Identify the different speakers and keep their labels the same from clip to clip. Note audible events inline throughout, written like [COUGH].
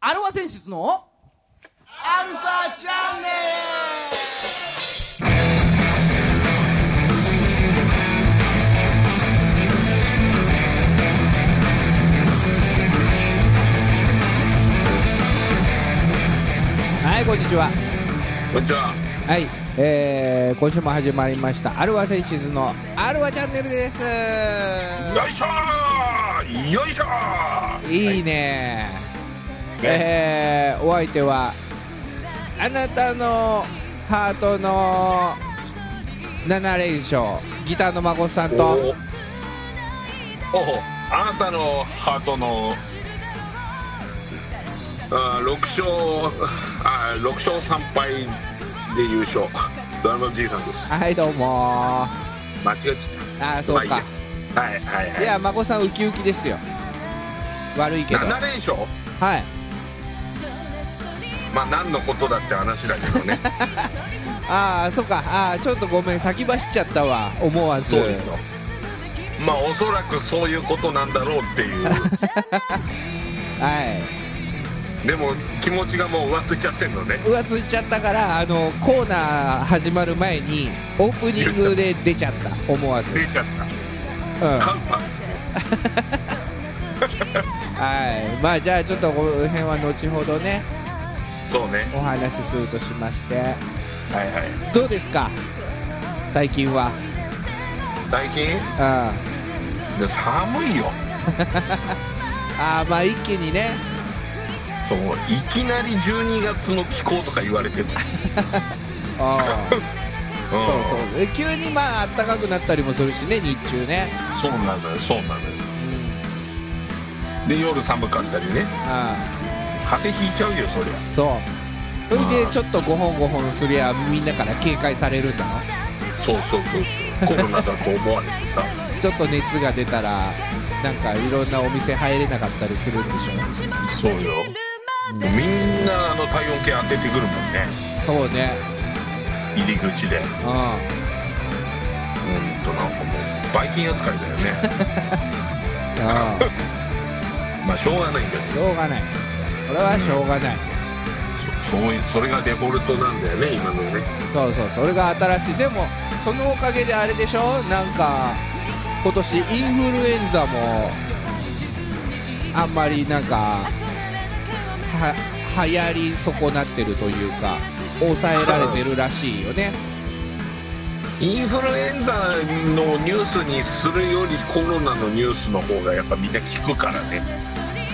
Speaker 1: アルファ選出のアルファチャンネ
Speaker 2: はいこんにちは
Speaker 3: こんにちは。
Speaker 2: はい、えー、今週も始まりましたアルワセンシズのアルワチャンネルです
Speaker 3: よいしょー。よいしょー。
Speaker 2: いいね、
Speaker 3: ね
Speaker 2: えー、お相手はあなたのハートの7連勝ギターの孫さんと
Speaker 3: おーおほあなたのハートの。あー六勝あー六勝三敗で優勝ドラムのじいさんです
Speaker 2: はいどうも
Speaker 3: 間違えち
Speaker 2: あー
Speaker 3: ゃった
Speaker 2: そうか
Speaker 3: まあいいやはいはいはい
Speaker 2: いや孫さんウキウキですよ悪いけど
Speaker 3: 7連勝
Speaker 2: はい
Speaker 3: まあ何のことだって話だけど
Speaker 2: [LAUGHS]
Speaker 3: ね
Speaker 2: ああそうかああちょっとごめん先走っちゃったわ思わず
Speaker 3: そうですよまあおそらくそういうことなんだろうっていう
Speaker 2: [LAUGHS] [LAUGHS] はい
Speaker 3: でも気持ちがもう浮ついちゃってるのね
Speaker 2: 浮ついちゃったからあのコーナー始まる前にオープニングで出ちゃった思わず、うん
Speaker 3: 出、ちゃったカ
Speaker 2: は
Speaker 3: ウパ
Speaker 2: いまあじゃあちょっとこの辺は後ほどね
Speaker 3: そうね
Speaker 2: お話しするとしまして
Speaker 3: はいはい
Speaker 2: どうですか最近は
Speaker 3: 最近
Speaker 2: うんあ
Speaker 3: で寒いよ
Speaker 2: あまあ一気にね
Speaker 3: そういきなり12月の気候とか言われ [LAUGHS] てる、うん、
Speaker 2: あー
Speaker 3: そ
Speaker 2: そうそうで急にまあ暖かくなったりもするしね日中ね
Speaker 3: うなのよそうなのよ
Speaker 2: うん
Speaker 3: で夜寒かったりね
Speaker 2: あ
Speaker 3: 風邪ひいちゃうよそり
Speaker 2: あそうそれでちょっと5本5本すりゃみんなから警戒されるんだな
Speaker 3: ゃそうそうそうコロナだと思われてさ
Speaker 2: ちょっと熱が出たらなんかいろんなお店入れなかったりするんでしょ
Speaker 3: そうよみんなあの体温計当ててくるもんね
Speaker 2: そうね
Speaker 3: 入り口でうん
Speaker 2: うん
Speaker 3: となんかもうバイキン扱いだよ [LAUGHS] ね
Speaker 2: ああ
Speaker 3: まあしょうがないんだけど
Speaker 2: しょうがないこれはしょうがない、
Speaker 3: そそういそれがデフォルトなんだよね今のね
Speaker 2: そうそうそれが新しいでもそのおかげであれでしょなんか今年インフルエンザもあんまりなんかは流行り損なってるというか抑えられてるらしいよね
Speaker 3: インフルエンザのニュースにするよりコロナのニュースの方がやっぱみんな聞くからね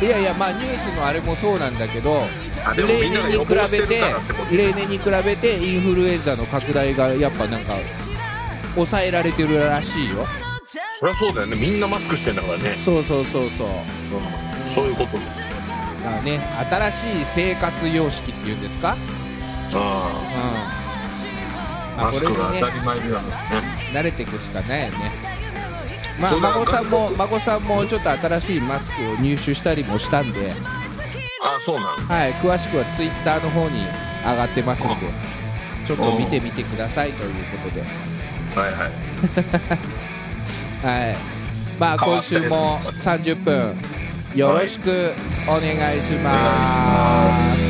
Speaker 2: いやいやまあニュースのあれもそうなんだけど
Speaker 3: あでも
Speaker 2: 例
Speaker 3: みんな
Speaker 2: 年
Speaker 3: が
Speaker 2: に
Speaker 3: 予
Speaker 2: 比
Speaker 3: 防して
Speaker 2: べ
Speaker 3: る
Speaker 2: て
Speaker 3: からってこと
Speaker 2: 例年に比べてインフルエンザの拡大がやっぱなんか抑えられてるらしいよ
Speaker 3: そりゃそうだよねみんなマスクしてんだからね、
Speaker 2: そうそうそうそう
Speaker 3: うん、そういうことです
Speaker 2: だからね新しい生活様式っていうんですかう
Speaker 3: あ
Speaker 2: ん
Speaker 3: あ
Speaker 2: まあ
Speaker 3: マ
Speaker 2: こ
Speaker 3: ス
Speaker 2: れ
Speaker 3: ク
Speaker 2: に
Speaker 3: が
Speaker 2: ね
Speaker 3: 当たり前になるんですね
Speaker 2: 慣れていくしかないよねまあ
Speaker 3: それは
Speaker 2: 孫さんも孫さんもちょっと新しいマスクを入手したりもしたんで、
Speaker 3: ああそうなの
Speaker 2: はい、詳しくはツイッターの方に上がってますんでちょっと見てみてくださいということで
Speaker 3: はいはい
Speaker 2: はい。まあ
Speaker 3: 変
Speaker 2: 今
Speaker 3: わったやつ
Speaker 2: 週も30分よろしくお願いします。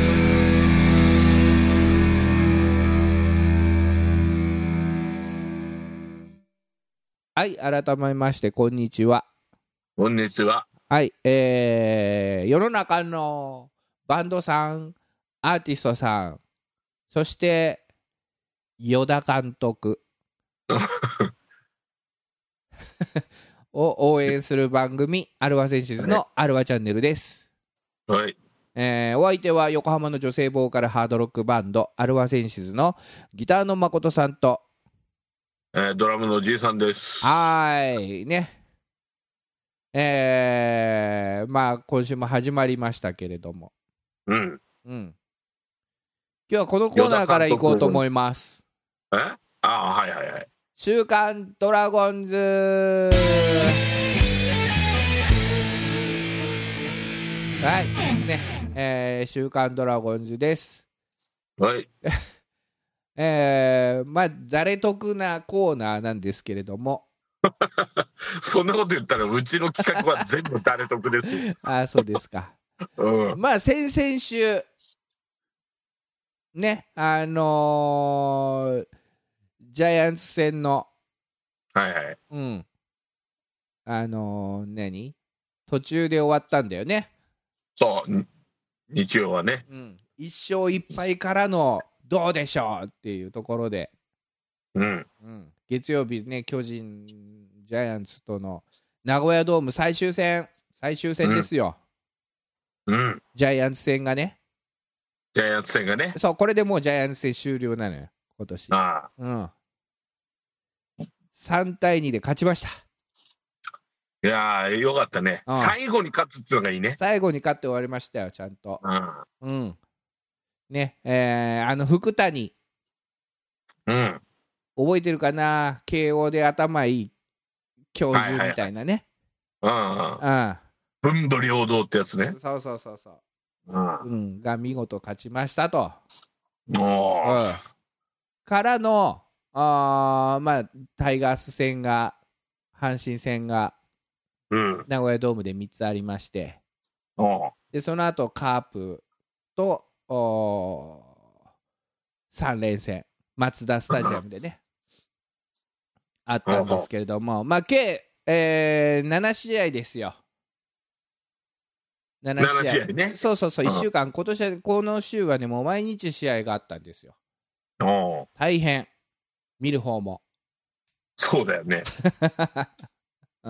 Speaker 2: はい、改めましてこんにちは。
Speaker 3: こんにちは
Speaker 2: はい、えー、世の中のバンドさん、アーティストさん、そして、与田監督を応援する番組、アルワセンシズのアルワチャンネルです。
Speaker 3: はい
Speaker 2: えーお相手は横浜の女性ボーカルハードロックバンド、アルワセンシズのギターの誠さんと、
Speaker 3: えードラムのじいさんです
Speaker 2: はーい、ね。えー、まあ、今週も始まりましたけれども、
Speaker 3: うん
Speaker 2: うん。今日はこのコーナーから行こうと思います。
Speaker 3: えああはいはいはい
Speaker 2: 週刊ドラゴンズはい、ね、えー週刊ドラゴンズです。
Speaker 3: はい
Speaker 2: えー、まあ、誰得なコーナーなんですけれども、
Speaker 3: そんなこと言ったらうちの企画は全部誰得ですよ
Speaker 2: [LAUGHS] あーそうですか。 [LAUGHS]
Speaker 3: うん。
Speaker 2: まあ、先々週、ね、あのージャイアンツ戦の、
Speaker 3: はいはい。
Speaker 2: うん、あのー何途中で終わったんだよね。
Speaker 3: そう。に日曜はね。
Speaker 2: うん、1勝1敗からのどうでしょうっていうところで、
Speaker 3: うん。
Speaker 2: うん、月曜日ね、巨人、ジャイアンツとの名古屋ドーム最終戦、最終戦ですよ、
Speaker 3: うん。
Speaker 2: ジャイアンツ戦がね。
Speaker 3: ジャイアンツ戦がね。
Speaker 2: そう、これでもうジャイアンツ戦終了なのよ、今年。
Speaker 3: ああ。
Speaker 2: うん。3対2で勝ちました。
Speaker 3: いやー、よかったね。
Speaker 2: うん
Speaker 3: 最後に勝つっていうのがいいね。
Speaker 2: 最後に勝って終わりましたよ、ちゃんと。
Speaker 3: うん。
Speaker 2: うん。ね、えーあの福谷、
Speaker 3: うん。
Speaker 2: 覚えてるかな、慶応で頭いい教授みたいなね。
Speaker 3: うん。
Speaker 2: うん
Speaker 3: 文武両道ってやつね。
Speaker 2: そうそうそうそうう、うん、が見事勝ちましたと。
Speaker 3: ん。おー。
Speaker 2: からのあー、まあ、タイガース戦が、阪神戦が
Speaker 3: うん。
Speaker 2: 名古屋ドームで3つありまして、
Speaker 3: おー。
Speaker 2: でその後カープと3連戦、マツダスタジアムで
Speaker 3: [LAUGHS]
Speaker 2: ね、あったんですけれども、まあ、計、えー7試合ですよ。7
Speaker 3: 7試合ね。
Speaker 2: そうそうそう、
Speaker 3: うん
Speaker 2: 1週間、今年は、この週はね、もう毎日試合があったんですよ。
Speaker 3: おー。
Speaker 2: 大変、見る方も。
Speaker 3: そうだよね。
Speaker 2: うん、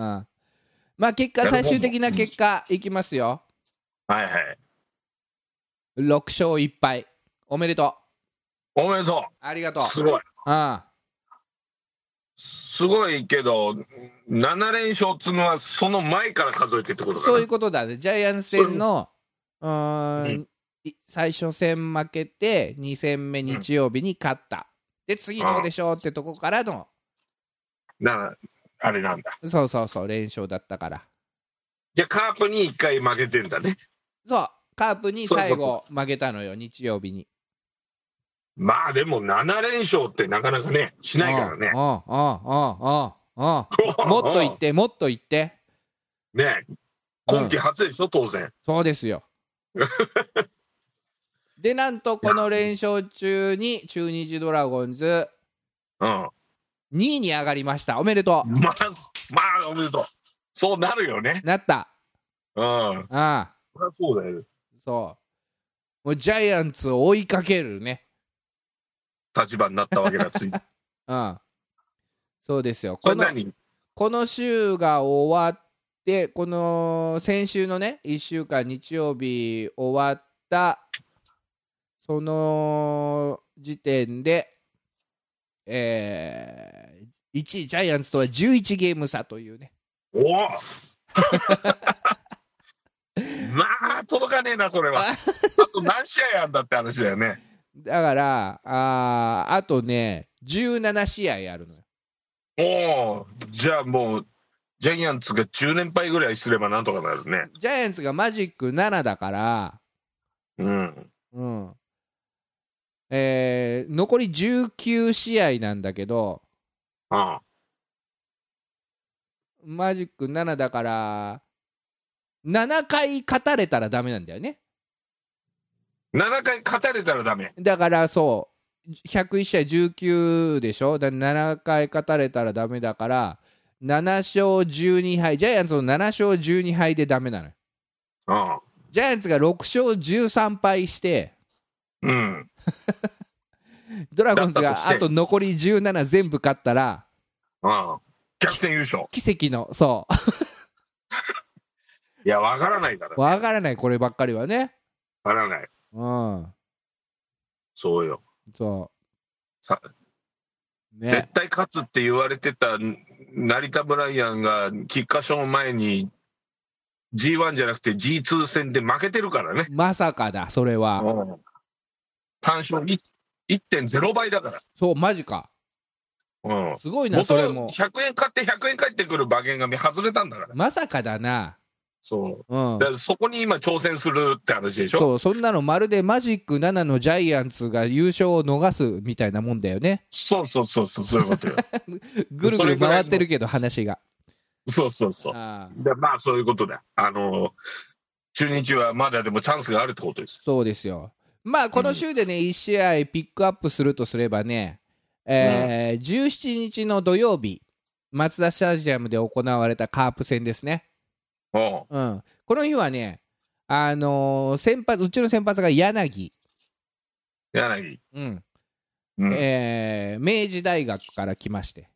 Speaker 2: まあ、結果、
Speaker 3: やる方も
Speaker 2: 最終的な結果、いきますよ。
Speaker 3: はいはい。
Speaker 2: 6勝1敗。おめでとう。
Speaker 3: おめでと
Speaker 2: ありがと
Speaker 3: う。
Speaker 2: う。
Speaker 3: すご
Speaker 2: う
Speaker 3: い。
Speaker 2: ん、
Speaker 3: すごいけど、7連勝っつうのは、その前から数えてってことだ
Speaker 2: そういう
Speaker 3: ね。
Speaker 2: ことだね。ジャイアンツ戦の、うー、
Speaker 3: うん
Speaker 2: い最初戦負けて、2戦目日曜日に勝った。で、次どうでしょうってとこからの、
Speaker 3: なあれなんだ。
Speaker 2: そうそうそう、連勝だったから。
Speaker 3: じゃあ、カープに1回負けてんだね。
Speaker 2: そう、カープに最
Speaker 3: そういう
Speaker 2: 後負けたのよ、日曜日に。
Speaker 3: まあでも、7連勝ってなかなかね、しないからね。
Speaker 2: うんうんうんうんうん。もっ
Speaker 3: [LAUGHS]
Speaker 2: と言っ。て、もっと言って。
Speaker 3: ね今季初でしょ、当然。
Speaker 2: そうです
Speaker 3: [LAUGHS]
Speaker 2: よ。で、なんとこの連勝中に中日ドラゴンズ
Speaker 3: うん。
Speaker 2: 2位に上がりました。おめでと
Speaker 3: まあ、まあ、おめでとう。そうなるよね。
Speaker 2: う。なった。
Speaker 3: うん。そ
Speaker 2: ああ、
Speaker 3: りゃそうだよ。
Speaker 2: そう。もうジャイアンツを追いかけるね。
Speaker 3: 立場になったわけだ [LAUGHS] つい。
Speaker 2: うん。そうですよ。
Speaker 3: こ
Speaker 2: こ
Speaker 3: れ
Speaker 2: の
Speaker 3: 何
Speaker 2: この週が終わって、この先週のね、1週間、日曜日終わった、その時点で、えー、1位、ジャイアンツとは11ゲーム差というね、
Speaker 3: おお [LAUGHS] まあ、届かねえな、それは。あと何試合あんだって話だよね。
Speaker 2: だから、あーあとね、17試合あるのよ。
Speaker 3: おお、じゃあもう、ジャイアンツが10連敗ぐらいすればなんとかなるね。
Speaker 2: ジャイアンツがマジック7だから、
Speaker 3: うん。
Speaker 2: うんえー残り19試合なんだけど、
Speaker 3: ああ
Speaker 2: マジック7だから7回勝たれたらダメなんだよね
Speaker 3: 7回勝たれたらダメ。
Speaker 2: だからそう101試合19でしょだ7回勝たれたらダメだから7勝12敗ジャイアンツの7勝12敗でダメなのよ
Speaker 3: ああ
Speaker 2: ジャイアンツが6勝13敗して
Speaker 3: うん。
Speaker 2: ドラゴンズ
Speaker 3: だ
Speaker 2: が
Speaker 3: ったとして
Speaker 2: あと残り17全部勝ったら
Speaker 3: ああ逆転優勝。
Speaker 2: 奇跡のそ
Speaker 3: いや、わからないから。
Speaker 2: う
Speaker 3: わ
Speaker 2: わからないこればっかりはね
Speaker 3: からない。
Speaker 2: うん
Speaker 3: そうよ。
Speaker 2: そ
Speaker 3: さ
Speaker 2: う
Speaker 3: 絶
Speaker 2: ね
Speaker 3: 対勝つって言われてた成田ブライアンが菊花賞前に G1 じゃなくて G2 戦で負けてるからね。
Speaker 2: まさかだそれは
Speaker 3: うん単勝1 1.0倍だから。
Speaker 2: そうマジか
Speaker 3: うん
Speaker 2: すごいな、
Speaker 3: 元
Speaker 2: それも。
Speaker 3: 100円買って100円返ってくる馬券が外れたんだから。
Speaker 2: まさかだな。
Speaker 3: そう。
Speaker 2: うん
Speaker 3: だ。からそこに今挑戦するって話でしょ
Speaker 2: そう、そんなのまるでマジック7のジャイアンツが優勝を逃すみたいなもんだよね。
Speaker 3: そうそうそうそう、そういうこと [LAUGHS] よ。
Speaker 2: ぐるぐる回ってるけど、話が。
Speaker 3: そうそうそう。
Speaker 2: ああ
Speaker 3: でまあそういうことだ。あの、中日はまだでもチャンスがあるってことです。
Speaker 2: そうですよ。まあ、この週でね、1試合ピックアップするとすればね、えー17日の土曜日、マツダスタジアムで行われたカープ戦ですね。
Speaker 3: おう
Speaker 2: うん、この日はね、あのー先発、うちの先発が柳、
Speaker 3: 柳。
Speaker 2: うん
Speaker 3: うん
Speaker 2: えー明治大学から来まして、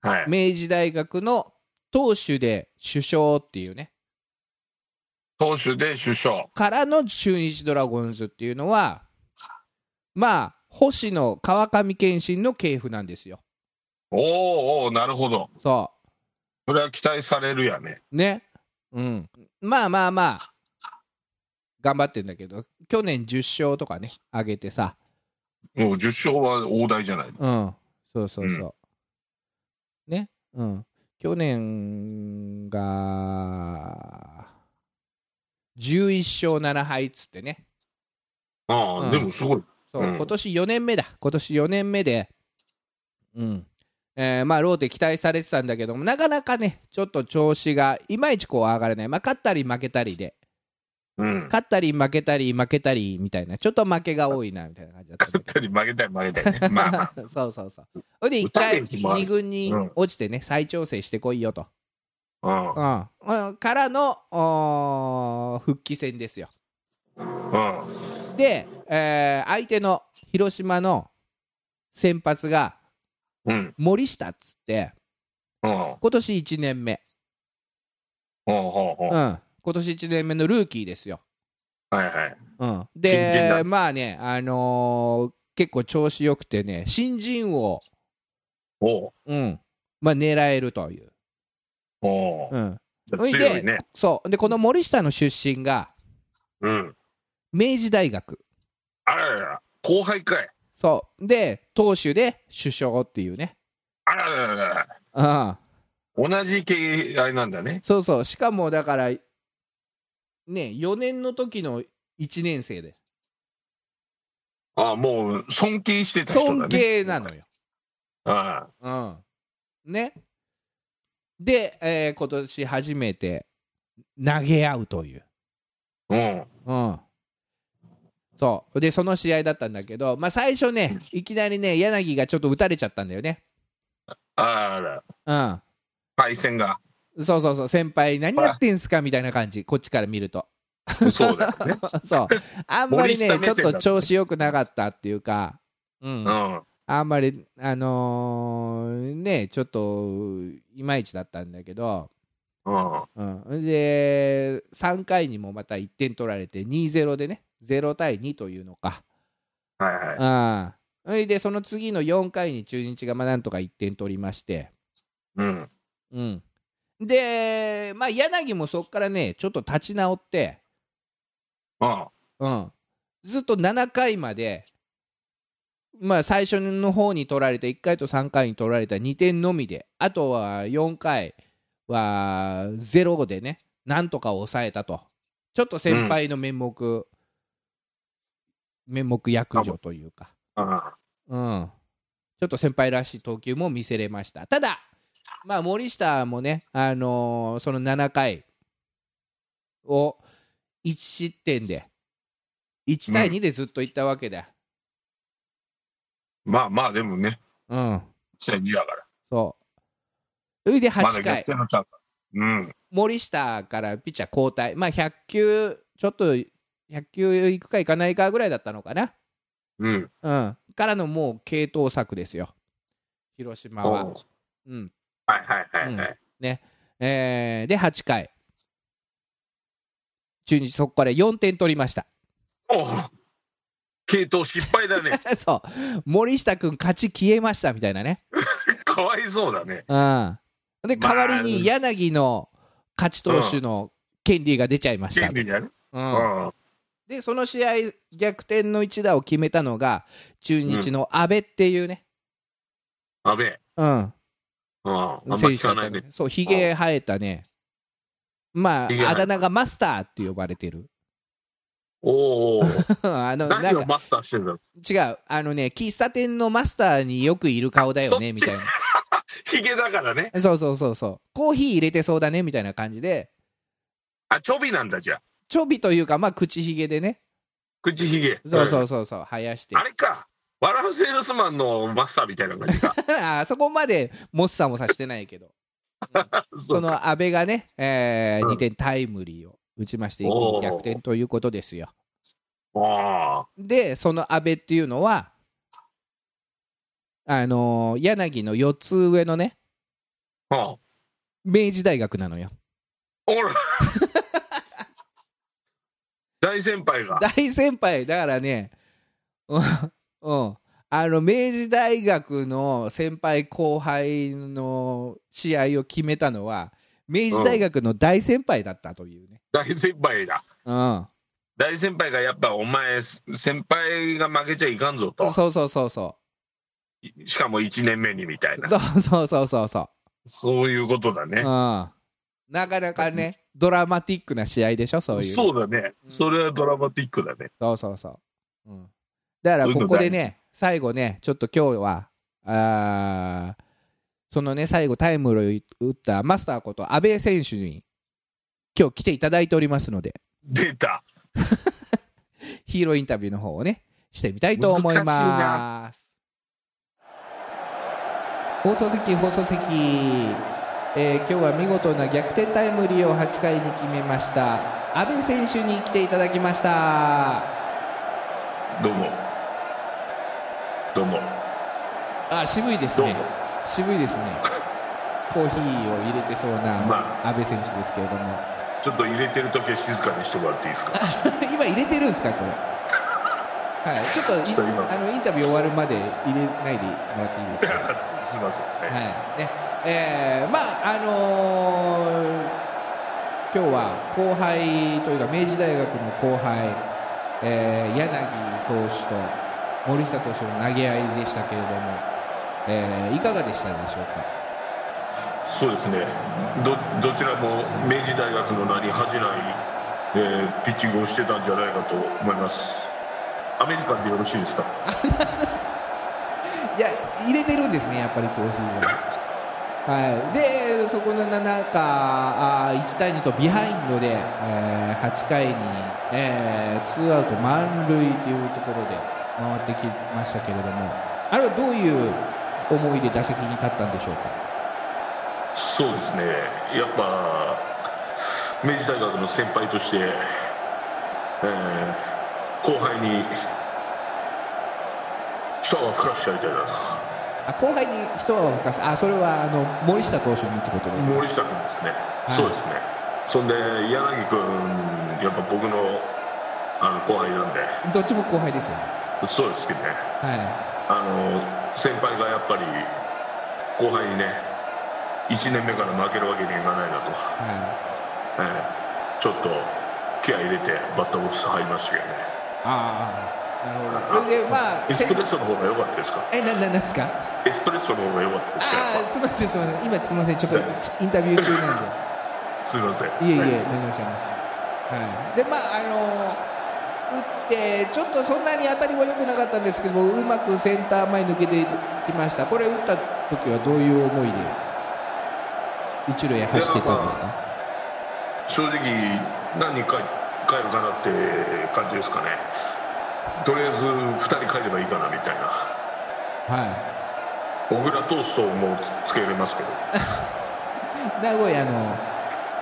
Speaker 3: はい。
Speaker 2: 明治大学の投手で首相っていうね、
Speaker 3: 投手で首相。
Speaker 2: からの中日ドラゴンズっていうのは、まあ、星野、川上謙信の系譜なんですよ。
Speaker 3: おうおうなるほど。
Speaker 2: そ
Speaker 3: それは期待されるやね。
Speaker 2: う。ね。うん。まあまあまあ、頑張ってんだけど、去年10勝とかね、上げてさ、
Speaker 3: もう10勝は大台じゃない。
Speaker 2: うん。そうそうそう。ね。うん。去年が、11勝7敗っつってね。
Speaker 3: ああ、
Speaker 2: うん
Speaker 3: でもすごい。
Speaker 2: そう、
Speaker 3: うん
Speaker 2: 今年4年目だ、今年4年目で、うんえーまあ、ローテ期待されてたんだけども、なかなかね、ちょっと調子がいまいちこう上がらない、まあ、勝ったり負けたりで、
Speaker 3: うん。勝
Speaker 2: 勝ったり負けたり負けたりみたいな、ちょっと負けが多いなみたいな感じだったんだ
Speaker 3: ったり負けたり負けたりね。まあまあ。
Speaker 2: けど。 [LAUGHS] そうそうそう。ほいで、1回、2軍に落ちてね、再調整してこいよと。
Speaker 3: うん
Speaker 2: う。んうん、からのおー復帰戦ですよ。
Speaker 3: うん。
Speaker 2: で、えー相手の広島の先発が、
Speaker 3: うん。
Speaker 2: 森下っつって
Speaker 3: うん。うん。
Speaker 2: 今年1年目、
Speaker 3: うん。
Speaker 2: う
Speaker 3: はい
Speaker 2: ん、今年1年目のルーキーですよ、
Speaker 3: はい。
Speaker 2: うん、
Speaker 3: 新人
Speaker 2: で
Speaker 3: だ
Speaker 2: まあね、あのー結構調子よくてね新人王、
Speaker 3: おう
Speaker 2: うんまあ、狙えるという、
Speaker 3: おう
Speaker 2: うん、ほいで
Speaker 3: 強いね。
Speaker 2: そうでこの森下の出身が
Speaker 3: うん。
Speaker 2: 明治大学
Speaker 3: あららら。後輩かい。
Speaker 2: そうで投手で首相っていうね、
Speaker 3: あらららら。
Speaker 2: うん、
Speaker 3: 同じ敬愛なんだね。
Speaker 2: そうそうしかもだからね4年の時の1年生で
Speaker 3: ああ、もう尊敬してた人だね。
Speaker 2: 尊敬なのよ。
Speaker 3: あ
Speaker 2: うん。ね。で、えー今年初めて投げ合うという。
Speaker 3: あ。うん。
Speaker 2: うん。そう。で、その試合だったんだけど、まあ最初ね、いきなりね、柳がちょっと打たれちゃったんだよね。
Speaker 3: あら、
Speaker 2: うん。
Speaker 3: 敗戦が。
Speaker 2: そうそうそう、先輩、何やってんすかみたいな感じ、こっちから見ると。
Speaker 3: そうだよね。
Speaker 2: [LAUGHS] そう。あんまりね、
Speaker 3: 森下目線
Speaker 2: ちょ
Speaker 3: だ
Speaker 2: っと調子良くなかったっていうか、うん
Speaker 3: う。ん。
Speaker 2: あんまり、あのーね、ちょっと、いまいちだったんだけど、
Speaker 3: うん。
Speaker 2: うん、で3回にもまた1点取られて2-0でね0対2というのか、
Speaker 3: はいはい。
Speaker 2: ああそれでその次の4回に中日がまあなんとか1点取りまして、
Speaker 3: うん。
Speaker 2: うん、で、まあ、柳もそこからねちょっと立ち直って、
Speaker 3: うん。
Speaker 2: うん、ずっと7回まで、まあ、最初の方に取られた1回と3回に取られた2点のみであとは4回は0でねなんとか抑えたとちょっと先輩の面目、面目躍如というか、
Speaker 3: あ
Speaker 2: うん、ちょっと先輩らしい投球も見せれましたただ、まあ、森下もね、あのーその7回を1失点で1対2でずっといったわけだ、
Speaker 3: まあまあ、でもね、
Speaker 2: うん
Speaker 3: 試合2だから。
Speaker 2: そうそれで
Speaker 3: ま
Speaker 2: 8
Speaker 3: だ
Speaker 2: 回
Speaker 3: 逆、転のチャンス。うん。
Speaker 2: 森下からピッチャー交代、まあ、100球ちょっと100球いくかいかないかぐらいだったのかな、
Speaker 3: うん。
Speaker 2: うん、からのもう継投策ですよ広島は、
Speaker 3: おう
Speaker 2: うん
Speaker 3: はいはいはいはい。
Speaker 2: えーで8回中日そこから4点取りました [LAUGHS]
Speaker 3: おう系統失敗
Speaker 2: [LAUGHS]
Speaker 3: だね。
Speaker 2: そう森下君勝ち消えましたみたいなね、
Speaker 3: かわいそうだね。
Speaker 2: うん、で
Speaker 3: まあ
Speaker 2: 代わりに柳の勝ち投手の権利が出ちゃいました
Speaker 3: 権
Speaker 2: と、
Speaker 3: 利だね。
Speaker 2: う
Speaker 3: うんん。
Speaker 2: でその試合逆転の一打を決めたのが中日の阿部っていうね、
Speaker 3: 安倍。
Speaker 2: うん
Speaker 3: うん。あんま
Speaker 2: 選
Speaker 3: 聞
Speaker 2: 手だ
Speaker 3: か
Speaker 2: っ
Speaker 3: な
Speaker 2: た
Speaker 3: い
Speaker 2: ん
Speaker 3: ね
Speaker 2: だ。けどそうひげ生えたねまあ
Speaker 3: ひげ生えた
Speaker 2: あだ名がマスターって呼ばれてる [LAUGHS]
Speaker 3: おうおう。
Speaker 2: あの [LAUGHS] な
Speaker 3: 何
Speaker 2: ん
Speaker 3: を
Speaker 2: か
Speaker 3: マスターしてんだろう。
Speaker 2: 違うあのね喫茶店のマスターによくいる顔だよね
Speaker 3: あ
Speaker 2: み
Speaker 3: そ
Speaker 2: た
Speaker 3: っ
Speaker 2: い
Speaker 3: ち
Speaker 2: な
Speaker 3: ヒゲだからね。
Speaker 2: そうそうそうそうコーヒー入れてそうだねみたいな感じで
Speaker 3: あ、ちょびなんだじゃ
Speaker 2: ちょびというか、まあ、口ひげでね、
Speaker 3: 口ひげ。
Speaker 2: そうそううそうそう、生やして [LAUGHS]
Speaker 3: ん。あ、れか。笑うセールスマンのマスターみたいな感じか。
Speaker 2: あそこまでもっさもさしてないけど、
Speaker 3: そ
Speaker 2: [LAUGHS] そう
Speaker 3: か
Speaker 2: の阿部がね、えー
Speaker 3: うん
Speaker 2: 2点タイムリーを打ちまして、一
Speaker 3: お
Speaker 2: 気
Speaker 3: ー
Speaker 2: に逆転ということですよ。
Speaker 3: あ
Speaker 2: で、その阿部っていうのは、あのー柳の4つ上のね、
Speaker 3: あ。はあ。
Speaker 2: 明治大学なのよ。
Speaker 3: おら大先輩が。
Speaker 2: 大先輩だからね、 [LAUGHS] うん、うんあの明治大学の先輩後輩の試合を決めたのは明治大学の大先輩だったというね。
Speaker 3: 大先輩だ。
Speaker 2: うん、
Speaker 3: 大先輩がやっぱお前、先輩が負けちゃいかんぞと。
Speaker 2: そうそうそうそ。
Speaker 3: しかも1年目にみたいうな。
Speaker 2: そうそうそうそうそう。
Speaker 3: そういうことだ
Speaker 2: うん、
Speaker 3: ね。
Speaker 2: なかなかね、ドラマティックな試合でしょ、そういう。
Speaker 3: そうだね。
Speaker 2: うん
Speaker 3: それはドラマティックだね。
Speaker 2: そうそうそう。うん、だからここでね、最後ね、ちょっと今日は、あーそのね、最後タイムを打ったマスターこと阿部選手に、今日来ていただいておりますので、
Speaker 3: 出た。
Speaker 2: ヒーローインタビューの方をね、してみたいと思います。放送席、放送席、えー今日は見事な逆転タイムリーを8回に決めました、阿部選手に来ていただきました。
Speaker 3: どうも。どうも。
Speaker 2: あ渋いです
Speaker 3: どう
Speaker 2: ね
Speaker 3: も。
Speaker 2: 渋いですね。コーヒーを入れてそう
Speaker 3: ま
Speaker 2: な阿部選手ですけれども、 [LAUGHS]
Speaker 3: ちょっと入れてる時は静かにしてもらっていいですか。
Speaker 2: 今入れてるんですかこれ。はい、ちょっとい
Speaker 3: ちょっと今
Speaker 2: あのインタビュー終わるまで入れないでもらっていいです
Speaker 3: すい
Speaker 2: か。は
Speaker 3: ませんね。
Speaker 2: いね、えーまああのー今日は後輩というか明治大学の後輩、えー柳投手と森下投手の投げ合いでしたけれども、えーいかがでしたでしょうか。
Speaker 3: そうですねどどちらも明治大学の名に恥じない、えーピッチングをしてたんじゃないかと思いますアメリカンでよろしいですか
Speaker 2: いや入れてるんですねやっぱりコーヒーは。はい、でそこのななんかあー1対2とビハインドで、えー8回に、えー、2アウト満塁というところで回ってきましたけれどもあれはどういう思いで打席に立ったんでしょうか
Speaker 3: そうですねやっぱ明治大学の先輩として、えー後輩にシャワー吹かしてやりたいな
Speaker 2: あ後輩に一泡吹かすあそれはあの森下投手にってこと
Speaker 3: と
Speaker 2: ですか
Speaker 3: 森下君ですね、
Speaker 2: い
Speaker 3: そうですねそんで柳君やっぱ僕のあの後輩なんで
Speaker 2: どっちも後輩ですよね、
Speaker 3: そうですけどね
Speaker 2: は
Speaker 3: あの先輩がやっぱり後輩にね1年目から負けるわけにはいかないなと、
Speaker 2: いはい、
Speaker 3: ええちょっと気合い入れてバッターボックス入りましたけどね
Speaker 2: ああなるほどそれでまあ
Speaker 3: エ
Speaker 2: せ
Speaker 3: スプレッソの方が良かったですか
Speaker 2: えなななんですか
Speaker 3: エスプレッソの方が良かったですか
Speaker 2: あ
Speaker 3: や
Speaker 2: あ
Speaker 3: っ
Speaker 2: すみませんすみません今すみませんちょっとインタビュー中なんで
Speaker 3: ぱすいません
Speaker 2: いえいえ
Speaker 3: は
Speaker 2: 何をおっしゃいますはいでまああのー打ってちょっとそんなに当たりは良くなかったんですけどもうまくセンター前抜けていきましたこれ打った時はどういう思いで一塁へ走ってたんですか
Speaker 3: 正直何人か帰るかなって感じですかねとりあえず2人帰ればいいかなみたいな
Speaker 2: は
Speaker 3: 小倉トーストもつけれますけど
Speaker 2: い名古屋の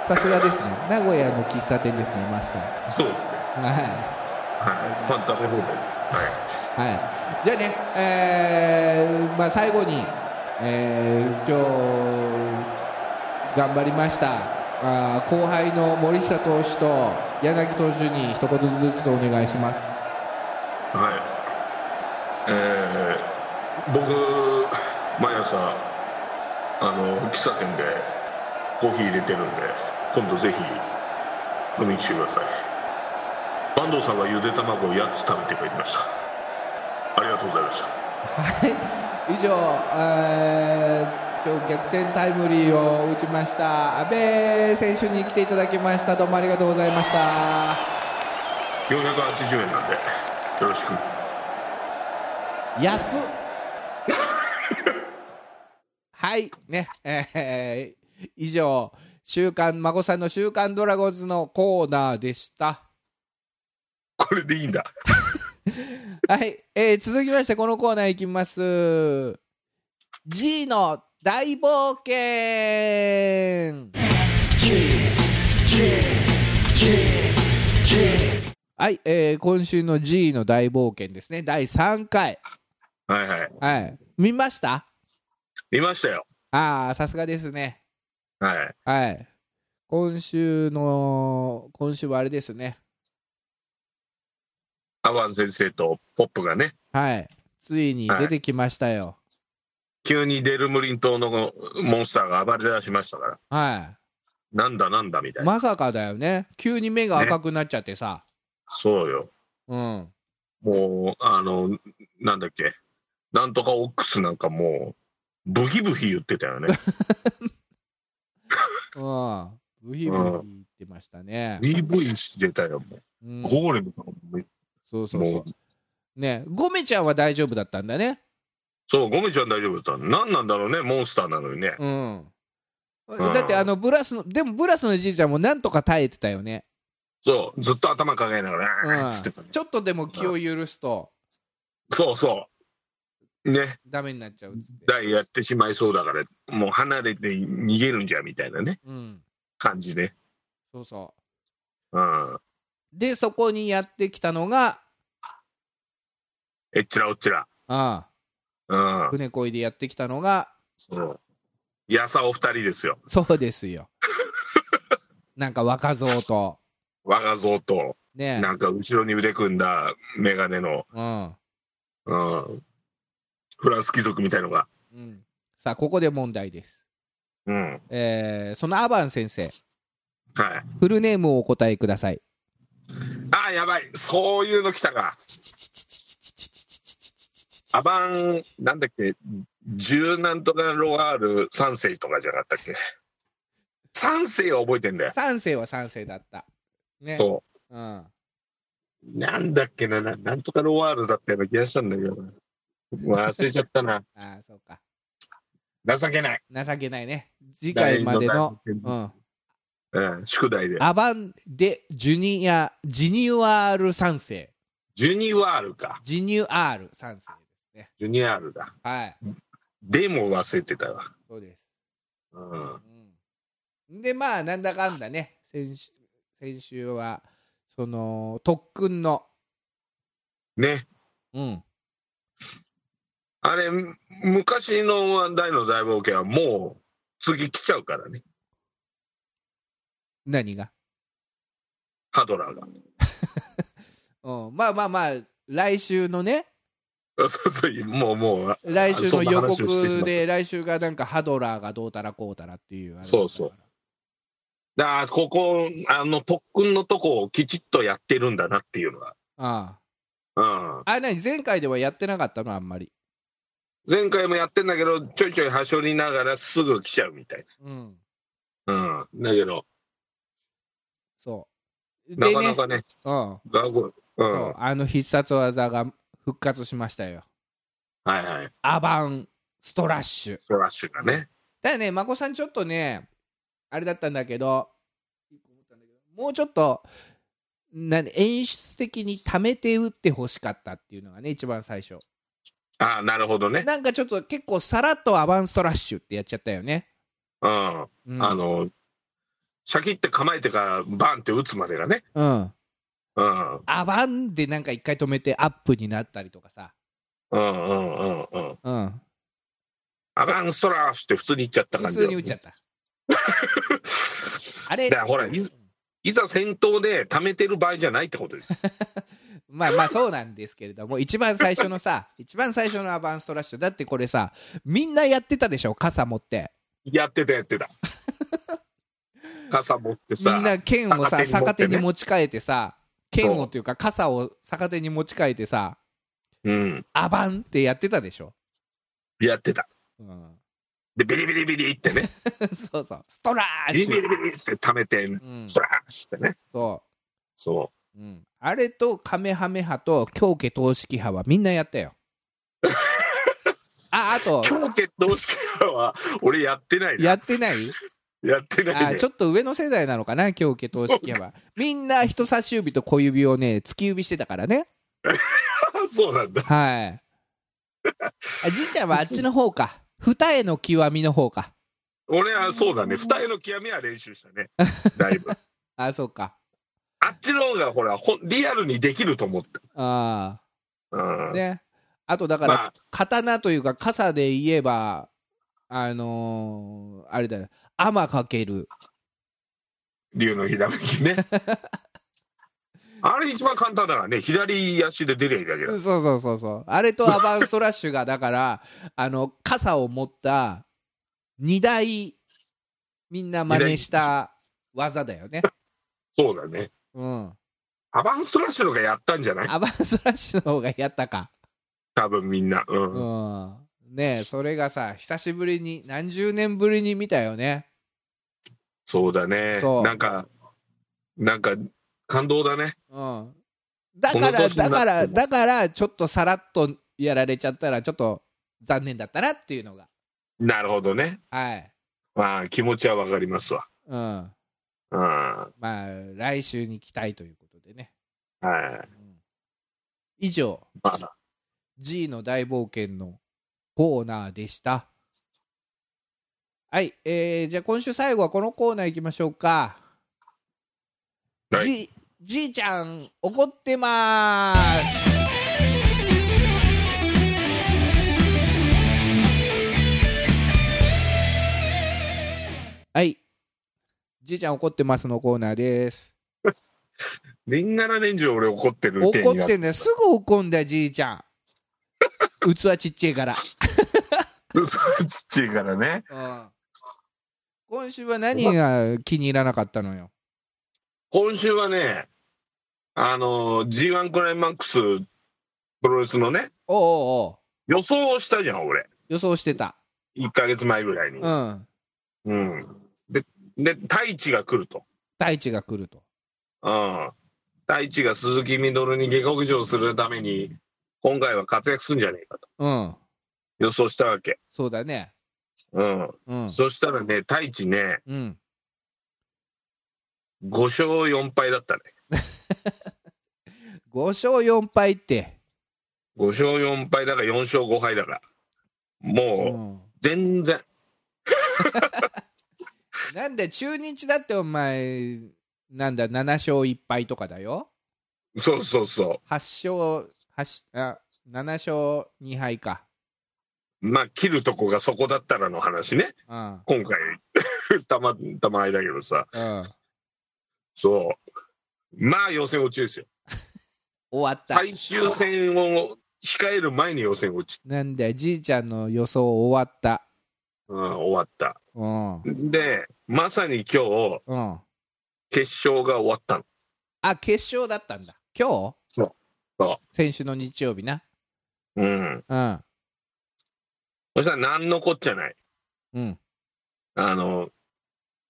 Speaker 2: さすがですね名古屋の喫茶店ですねマスター
Speaker 3: そうですね
Speaker 2: はい
Speaker 3: はいファンタメ方面はい
Speaker 2: はい、じゃあね、えーまあ、最後に、えー今日頑張りましたあー後輩の森下投手と柳投手に一言ずつお願いします。
Speaker 3: はい。えー僕、毎朝、あの、喫茶店でコーヒー入れてるんで、今度ぜひ飲みに来てください。坂東さんはゆで卵を8つ食べてまいりました。ありがとうございました。
Speaker 2: はい、以上、えー今日逆転タイムリーを打ちました阿部選手に来ていただきましたどうもありがとうございました。
Speaker 3: 480円なんで、よろしく。
Speaker 2: [LAUGHS] 安っはいねえー以上週刊孫さんの「週刊ドラゴンズ」のコーナーでした。
Speaker 3: これでいいんだ。
Speaker 2: はい、えー続きましてこのコーナーいきます。G の大冒険
Speaker 1: G,
Speaker 2: はい、えー今週の G の大冒険ですね第3回
Speaker 3: はいはい。
Speaker 2: はい見ました
Speaker 3: 見ましたよ。
Speaker 2: ああさすがですね
Speaker 3: はい。
Speaker 2: はい今週の今週はあれですね
Speaker 3: アバン先生とポップがね、
Speaker 2: はいついに出てきましたよ
Speaker 3: 急にデルムリン島のモンスターが暴れ出しましたから、
Speaker 2: は
Speaker 3: なんだなんだみた
Speaker 2: い
Speaker 3: いな。
Speaker 2: まさかだよね急に目が赤くなっちゃってさ、
Speaker 3: そうよ。
Speaker 2: うん
Speaker 3: もう、あの、なんだっけ、なんとかオックスなんかもう、ブヒブヒ言って
Speaker 2: [LAUGHS]
Speaker 3: たよね。
Speaker 2: うんブヒブヒ言ってましたね
Speaker 3: DV してたよ、もう。
Speaker 2: うん
Speaker 3: ゴーレムとかも。
Speaker 2: そうそう
Speaker 3: も
Speaker 2: そううねゴメちゃんは大丈夫だったんだね
Speaker 3: そう、ゴメちゃん大丈夫だった。何なんだろうね、モンスターなのにね。
Speaker 2: うん
Speaker 3: ん
Speaker 2: だってあのブラスのでもブラスのじいちゃんもなんとか耐えてたよね、
Speaker 3: そう、ずっと頭抱えながら、
Speaker 2: う
Speaker 3: あー
Speaker 2: ん、
Speaker 3: っつってたね。
Speaker 2: ちょっとでも気を許すと
Speaker 3: そうそう。ね、
Speaker 2: ダメになっちゃうっつって、
Speaker 3: 大やってしまいそうだから、もう離れて逃げるんじゃみたいなね、
Speaker 2: うん、
Speaker 3: 感じね。
Speaker 2: そうそ
Speaker 3: うん。
Speaker 2: うでそこにやってきたのが
Speaker 3: えっちらおっちら。
Speaker 2: あ
Speaker 3: うん
Speaker 2: あ。船こいでやってきたのが
Speaker 3: そう。やさお二人ですよ。
Speaker 2: そうです
Speaker 3: [LAUGHS]
Speaker 2: よなんか若造と
Speaker 3: 我が像と。
Speaker 2: ね
Speaker 3: なんか後ろに腕組んだメガネの、
Speaker 2: うん
Speaker 3: うん、フランス貴族みたいのが、
Speaker 2: うん、さあここで問題です、
Speaker 3: うん、
Speaker 2: えーそのアバン先生
Speaker 3: はい。
Speaker 2: フルネームをお答えください
Speaker 3: ああ、やばい、そういうの来たか。アバン、なんだっけ、十なんとかロアール三世とかじゃなかったっけ。三世は覚えてんだよ。
Speaker 2: 三世は三世だったね、
Speaker 3: そう
Speaker 2: ん、
Speaker 3: う。なんだっけな、ななんとかロアールだったような気がしたんだけどな。忘れちゃったな。
Speaker 2: ああそうか
Speaker 3: 情けない。
Speaker 2: 情けないね次回までの、うん、
Speaker 3: うん、宿題で。
Speaker 2: アバン・デ・ジュニア・ジニュアール三世
Speaker 3: ジュニワールか。
Speaker 2: ジニュアール三世ですね
Speaker 3: ジュニアールだ。
Speaker 2: はい
Speaker 3: でも忘れてたわ。
Speaker 2: そうです、
Speaker 3: うん。
Speaker 2: うん、でまあなんだかんだね先週先週はその特訓の、
Speaker 3: ね。
Speaker 2: うん、
Speaker 3: あれ、む昔の大の大冒険はもう次来ちゃうからね、
Speaker 2: 何が、
Speaker 3: ハドラーが。
Speaker 2: うん、まあまあまあ来週のね
Speaker 3: そうそう、もうもう、
Speaker 2: 来週の
Speaker 3: あそんな
Speaker 2: 予
Speaker 3: 話をしてる
Speaker 2: 告
Speaker 3: の
Speaker 2: で来週がなんかハドラーがどうたらこうたらっていうあれだったから
Speaker 3: そうそうだからここ、あの特訓のとこをきちっとやってるんだなっていうのは。
Speaker 2: あ
Speaker 3: うん、
Speaker 2: ああれ何前回ではやってなかったのあんまり
Speaker 3: 前回もやってんだけど、ちょいちょい端折りながらすぐ来ちゃうみたい
Speaker 2: うん
Speaker 3: な。うん、だけど、
Speaker 2: そう
Speaker 3: な
Speaker 2: で
Speaker 3: か
Speaker 2: ね
Speaker 3: なかね、
Speaker 2: うん
Speaker 3: ガーゴイう
Speaker 2: そ
Speaker 3: ん、
Speaker 2: う
Speaker 3: は
Speaker 2: あの必殺技が復活しましたよ
Speaker 3: いはい、
Speaker 2: アバンストラッシュ
Speaker 3: ストラッシュがね。
Speaker 2: ただねまこさんちょっとねあれだったんだけどもうちょっとなん演出的に溜めて打ってほしかったっていうのがね一番最初
Speaker 3: ああ、なるほどね。
Speaker 2: なんかちょっと結構さらっとアバンストラッシュってやっちゃったよね、
Speaker 3: うん、あ
Speaker 2: うん、
Speaker 3: の、シャキって構えてからバンって打つまでがね。
Speaker 2: うん
Speaker 3: うん、
Speaker 2: アバンでなんか一回止めてアップになったりとかさ
Speaker 3: うん、うん、うん、うん。
Speaker 2: うん
Speaker 3: アバンストラッシュって普通に言っちゃった
Speaker 2: 普
Speaker 3: 感じ
Speaker 2: 通に打っちゃったあれ
Speaker 3: だからほらい [LAUGHS] いざ戦闘で貯めてる場合じゃないってこ
Speaker 2: [LAUGHS]
Speaker 3: とです。
Speaker 2: まあまあそうなんですけれども一番最初のさ一番最初のアバンストラッシュだってこれさみんなやってたでしょ傘持って
Speaker 3: やってたやってた。傘持って
Speaker 2: み
Speaker 3: さ
Speaker 2: ん、な剣をさ逆
Speaker 3: 逆
Speaker 2: 手
Speaker 3: 手
Speaker 2: に
Speaker 3: に
Speaker 2: 持ち替えてさ剣
Speaker 3: そ
Speaker 2: を
Speaker 3: う
Speaker 2: というか傘を逆手に持ち替えてさ
Speaker 3: うん、
Speaker 2: アバンってやってたでしょ、
Speaker 3: やってた。
Speaker 2: うん、 [LAUGHS]
Speaker 3: で、ビリビリビリってね、
Speaker 2: そうそうストラッ
Speaker 3: ビリ
Speaker 2: シ
Speaker 3: ビ
Speaker 2: ュ、
Speaker 3: リビリって貯めて、
Speaker 2: うん
Speaker 3: ス、トラッシュってね。
Speaker 2: そ、
Speaker 3: そう
Speaker 2: うん、あれとカメハメ派と狂家投式派はみんなやったよああと
Speaker 3: う。今日決闘式は俺やってないな。
Speaker 2: やってない
Speaker 3: やってない
Speaker 2: あ
Speaker 3: ね
Speaker 2: ちょっと上の世代なのかな京家投資家はみんな人差し指と小指をね突き指してたからね
Speaker 3: あ [LAUGHS] そうなんだ
Speaker 2: はいあじいちゃんはあっちの方か二重の極みの方か
Speaker 3: 俺はそうだね二重の極みは練習し
Speaker 2: [LAUGHS]
Speaker 3: たねだいぶ
Speaker 2: あそうか
Speaker 3: あっちの方がほらほんリアルにできると思った
Speaker 2: あ
Speaker 3: う
Speaker 2: あ
Speaker 3: ん
Speaker 2: ねあとだから、
Speaker 3: まあ
Speaker 2: 刀というか傘で言えばあのーあれだよ天かける
Speaker 3: 竜のひらめ
Speaker 2: [LAUGHS]
Speaker 3: きねあれ一番簡単だからね左足で出りゃいいだけだ
Speaker 2: そうそうそうそうあれとアバンストラッシュがだからあの傘を持った二台みんな真似した技だよね
Speaker 3: そうだね
Speaker 2: うん
Speaker 3: アバンストラッシュのがやったんじゃない
Speaker 2: アバンストラッシュの方がやったか
Speaker 3: 多分みんなうん、
Speaker 2: うんねえそれがさ久しぶりに何十年ぶりに見たよね
Speaker 3: そうだね
Speaker 2: そう
Speaker 3: なんかなんか感動だね
Speaker 2: うんだから
Speaker 3: この年にな
Speaker 2: だ
Speaker 3: っても
Speaker 2: からだからちょっとさらっとやられちゃったらちょっと残念だったなっていうのが
Speaker 3: なるほどね
Speaker 2: はい
Speaker 3: まあ気持ちはわかりますわ
Speaker 2: うんま
Speaker 3: うんは
Speaker 2: あ来週に期待ということでね
Speaker 3: い
Speaker 2: うん以上
Speaker 3: まあ
Speaker 2: G の大冒険のコーナーでしたはい、えー、じゃあ今週最後はこのコーナー行きましょうか、
Speaker 3: はい
Speaker 2: G, G ちゃん怒ってますはい G ちゃん怒ってますのコーナーです
Speaker 3: 年がら年中俺怒ってる件に
Speaker 2: 怒
Speaker 3: な
Speaker 2: っ
Speaker 3: って
Speaker 2: んだよすぐ怒ん [LAUGHS] だよじいちゃん器ちっちゃいから
Speaker 3: [LAUGHS] そうちっちゃいからね
Speaker 2: うん今週は何が気に入らなかったのよ。
Speaker 3: 今週はねあの g 1クライマックスプロレスのね
Speaker 2: おうおうおう
Speaker 3: 予想をしたじゃん俺
Speaker 2: 予想してた。
Speaker 3: 1か月前ぐらいに
Speaker 2: うん。
Speaker 3: うんでで太一が来ると
Speaker 2: 大地が来ると。
Speaker 3: うん太一が鈴木みどるに下克上するために今回は活躍するんじゃねえかと
Speaker 2: うん。
Speaker 3: 予想したわけ
Speaker 2: そうだね。
Speaker 3: うん
Speaker 2: うん。
Speaker 3: そしたらね太一ね
Speaker 2: うん。
Speaker 3: 5勝4敗だったね
Speaker 2: 5勝4敗って。
Speaker 3: 5勝4敗だから4勝5敗だから
Speaker 2: う。
Speaker 3: もうん全然
Speaker 2: なんで中日だってお前、なんだ、7勝1敗とかだよ。
Speaker 3: そうそうそ
Speaker 2: 8勝、八あ7勝2敗か。
Speaker 3: うまあ切るとこがそこだったらの話ね
Speaker 2: うん。
Speaker 3: 今回 [LAUGHS] たまたまあれだけどさ
Speaker 2: うん。
Speaker 3: そうまあ予選落ちですよ
Speaker 2: 終わった。
Speaker 3: 最終戦を控える前に予選落ち、
Speaker 2: なんだよ、じいちゃんの予想終わった。
Speaker 3: うん、終わった
Speaker 2: うん。
Speaker 3: でまさに今日
Speaker 2: うん。
Speaker 3: 決勝が終わったの
Speaker 2: あ、決勝だったんだ。今日
Speaker 3: そうそう
Speaker 2: 先週の日曜日な。
Speaker 3: うん
Speaker 2: うん。
Speaker 3: そしたら何のこっちゃない
Speaker 2: うん。
Speaker 3: あの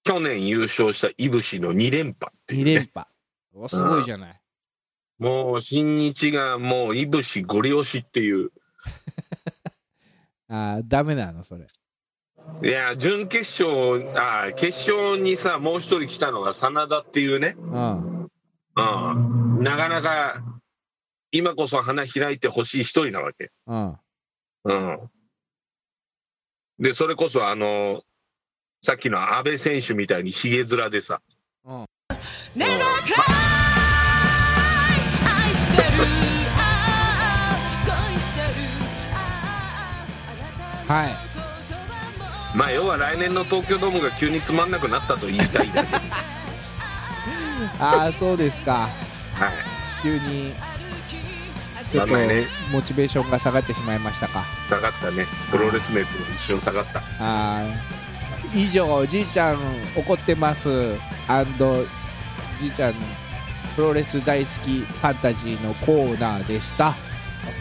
Speaker 3: 去年優勝したいぶしの2連覇ってい
Speaker 2: 2
Speaker 3: う、ね、
Speaker 2: 連覇。おすごいじゃない。
Speaker 3: もう新日がもういぶしご利用しっていう
Speaker 2: あーダメなの、それ。
Speaker 3: いや準決勝あ決勝にさもう一人来たのが真田っていうね、
Speaker 2: うん。
Speaker 3: うん、なかなか今こそ花開いてほしい一人なわけ
Speaker 2: うん。
Speaker 3: うんで、それこそ、あの、さっきの安倍選手みたいにひげ面でさ、
Speaker 4: 願い愛してるああ恋してるああ
Speaker 2: はい。
Speaker 3: まあ、要は来年の東京ドームが急につまんなくなったと言いたいだけ
Speaker 2: ああ、そうですか。
Speaker 3: はい。
Speaker 2: 急に、ちょ
Speaker 3: ま
Speaker 2: っ
Speaker 3: あ
Speaker 2: と
Speaker 3: まあね、
Speaker 2: モチベーションが下がってしまいましたか。
Speaker 3: 下がったね。プロレス熱も一瞬下がった。
Speaker 2: あー以上、じいちゃん怒ってます。アンド、じいちゃん、プロレス大好きファンタジーのコーナーでした。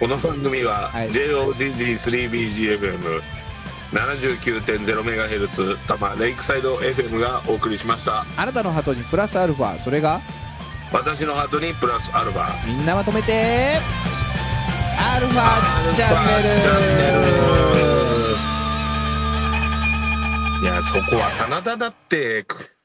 Speaker 3: この番組は、
Speaker 2: はい
Speaker 3: JOGG3BGFM、79.0MHz 多摩レイクサイド FM がお送りしました
Speaker 2: あなたのハートにプラスアルファ、それが
Speaker 3: 私のハートにプラスアルファ
Speaker 2: みんなまとめてアルファチャンネル
Speaker 3: チャンネルいや、そこは真田だって、く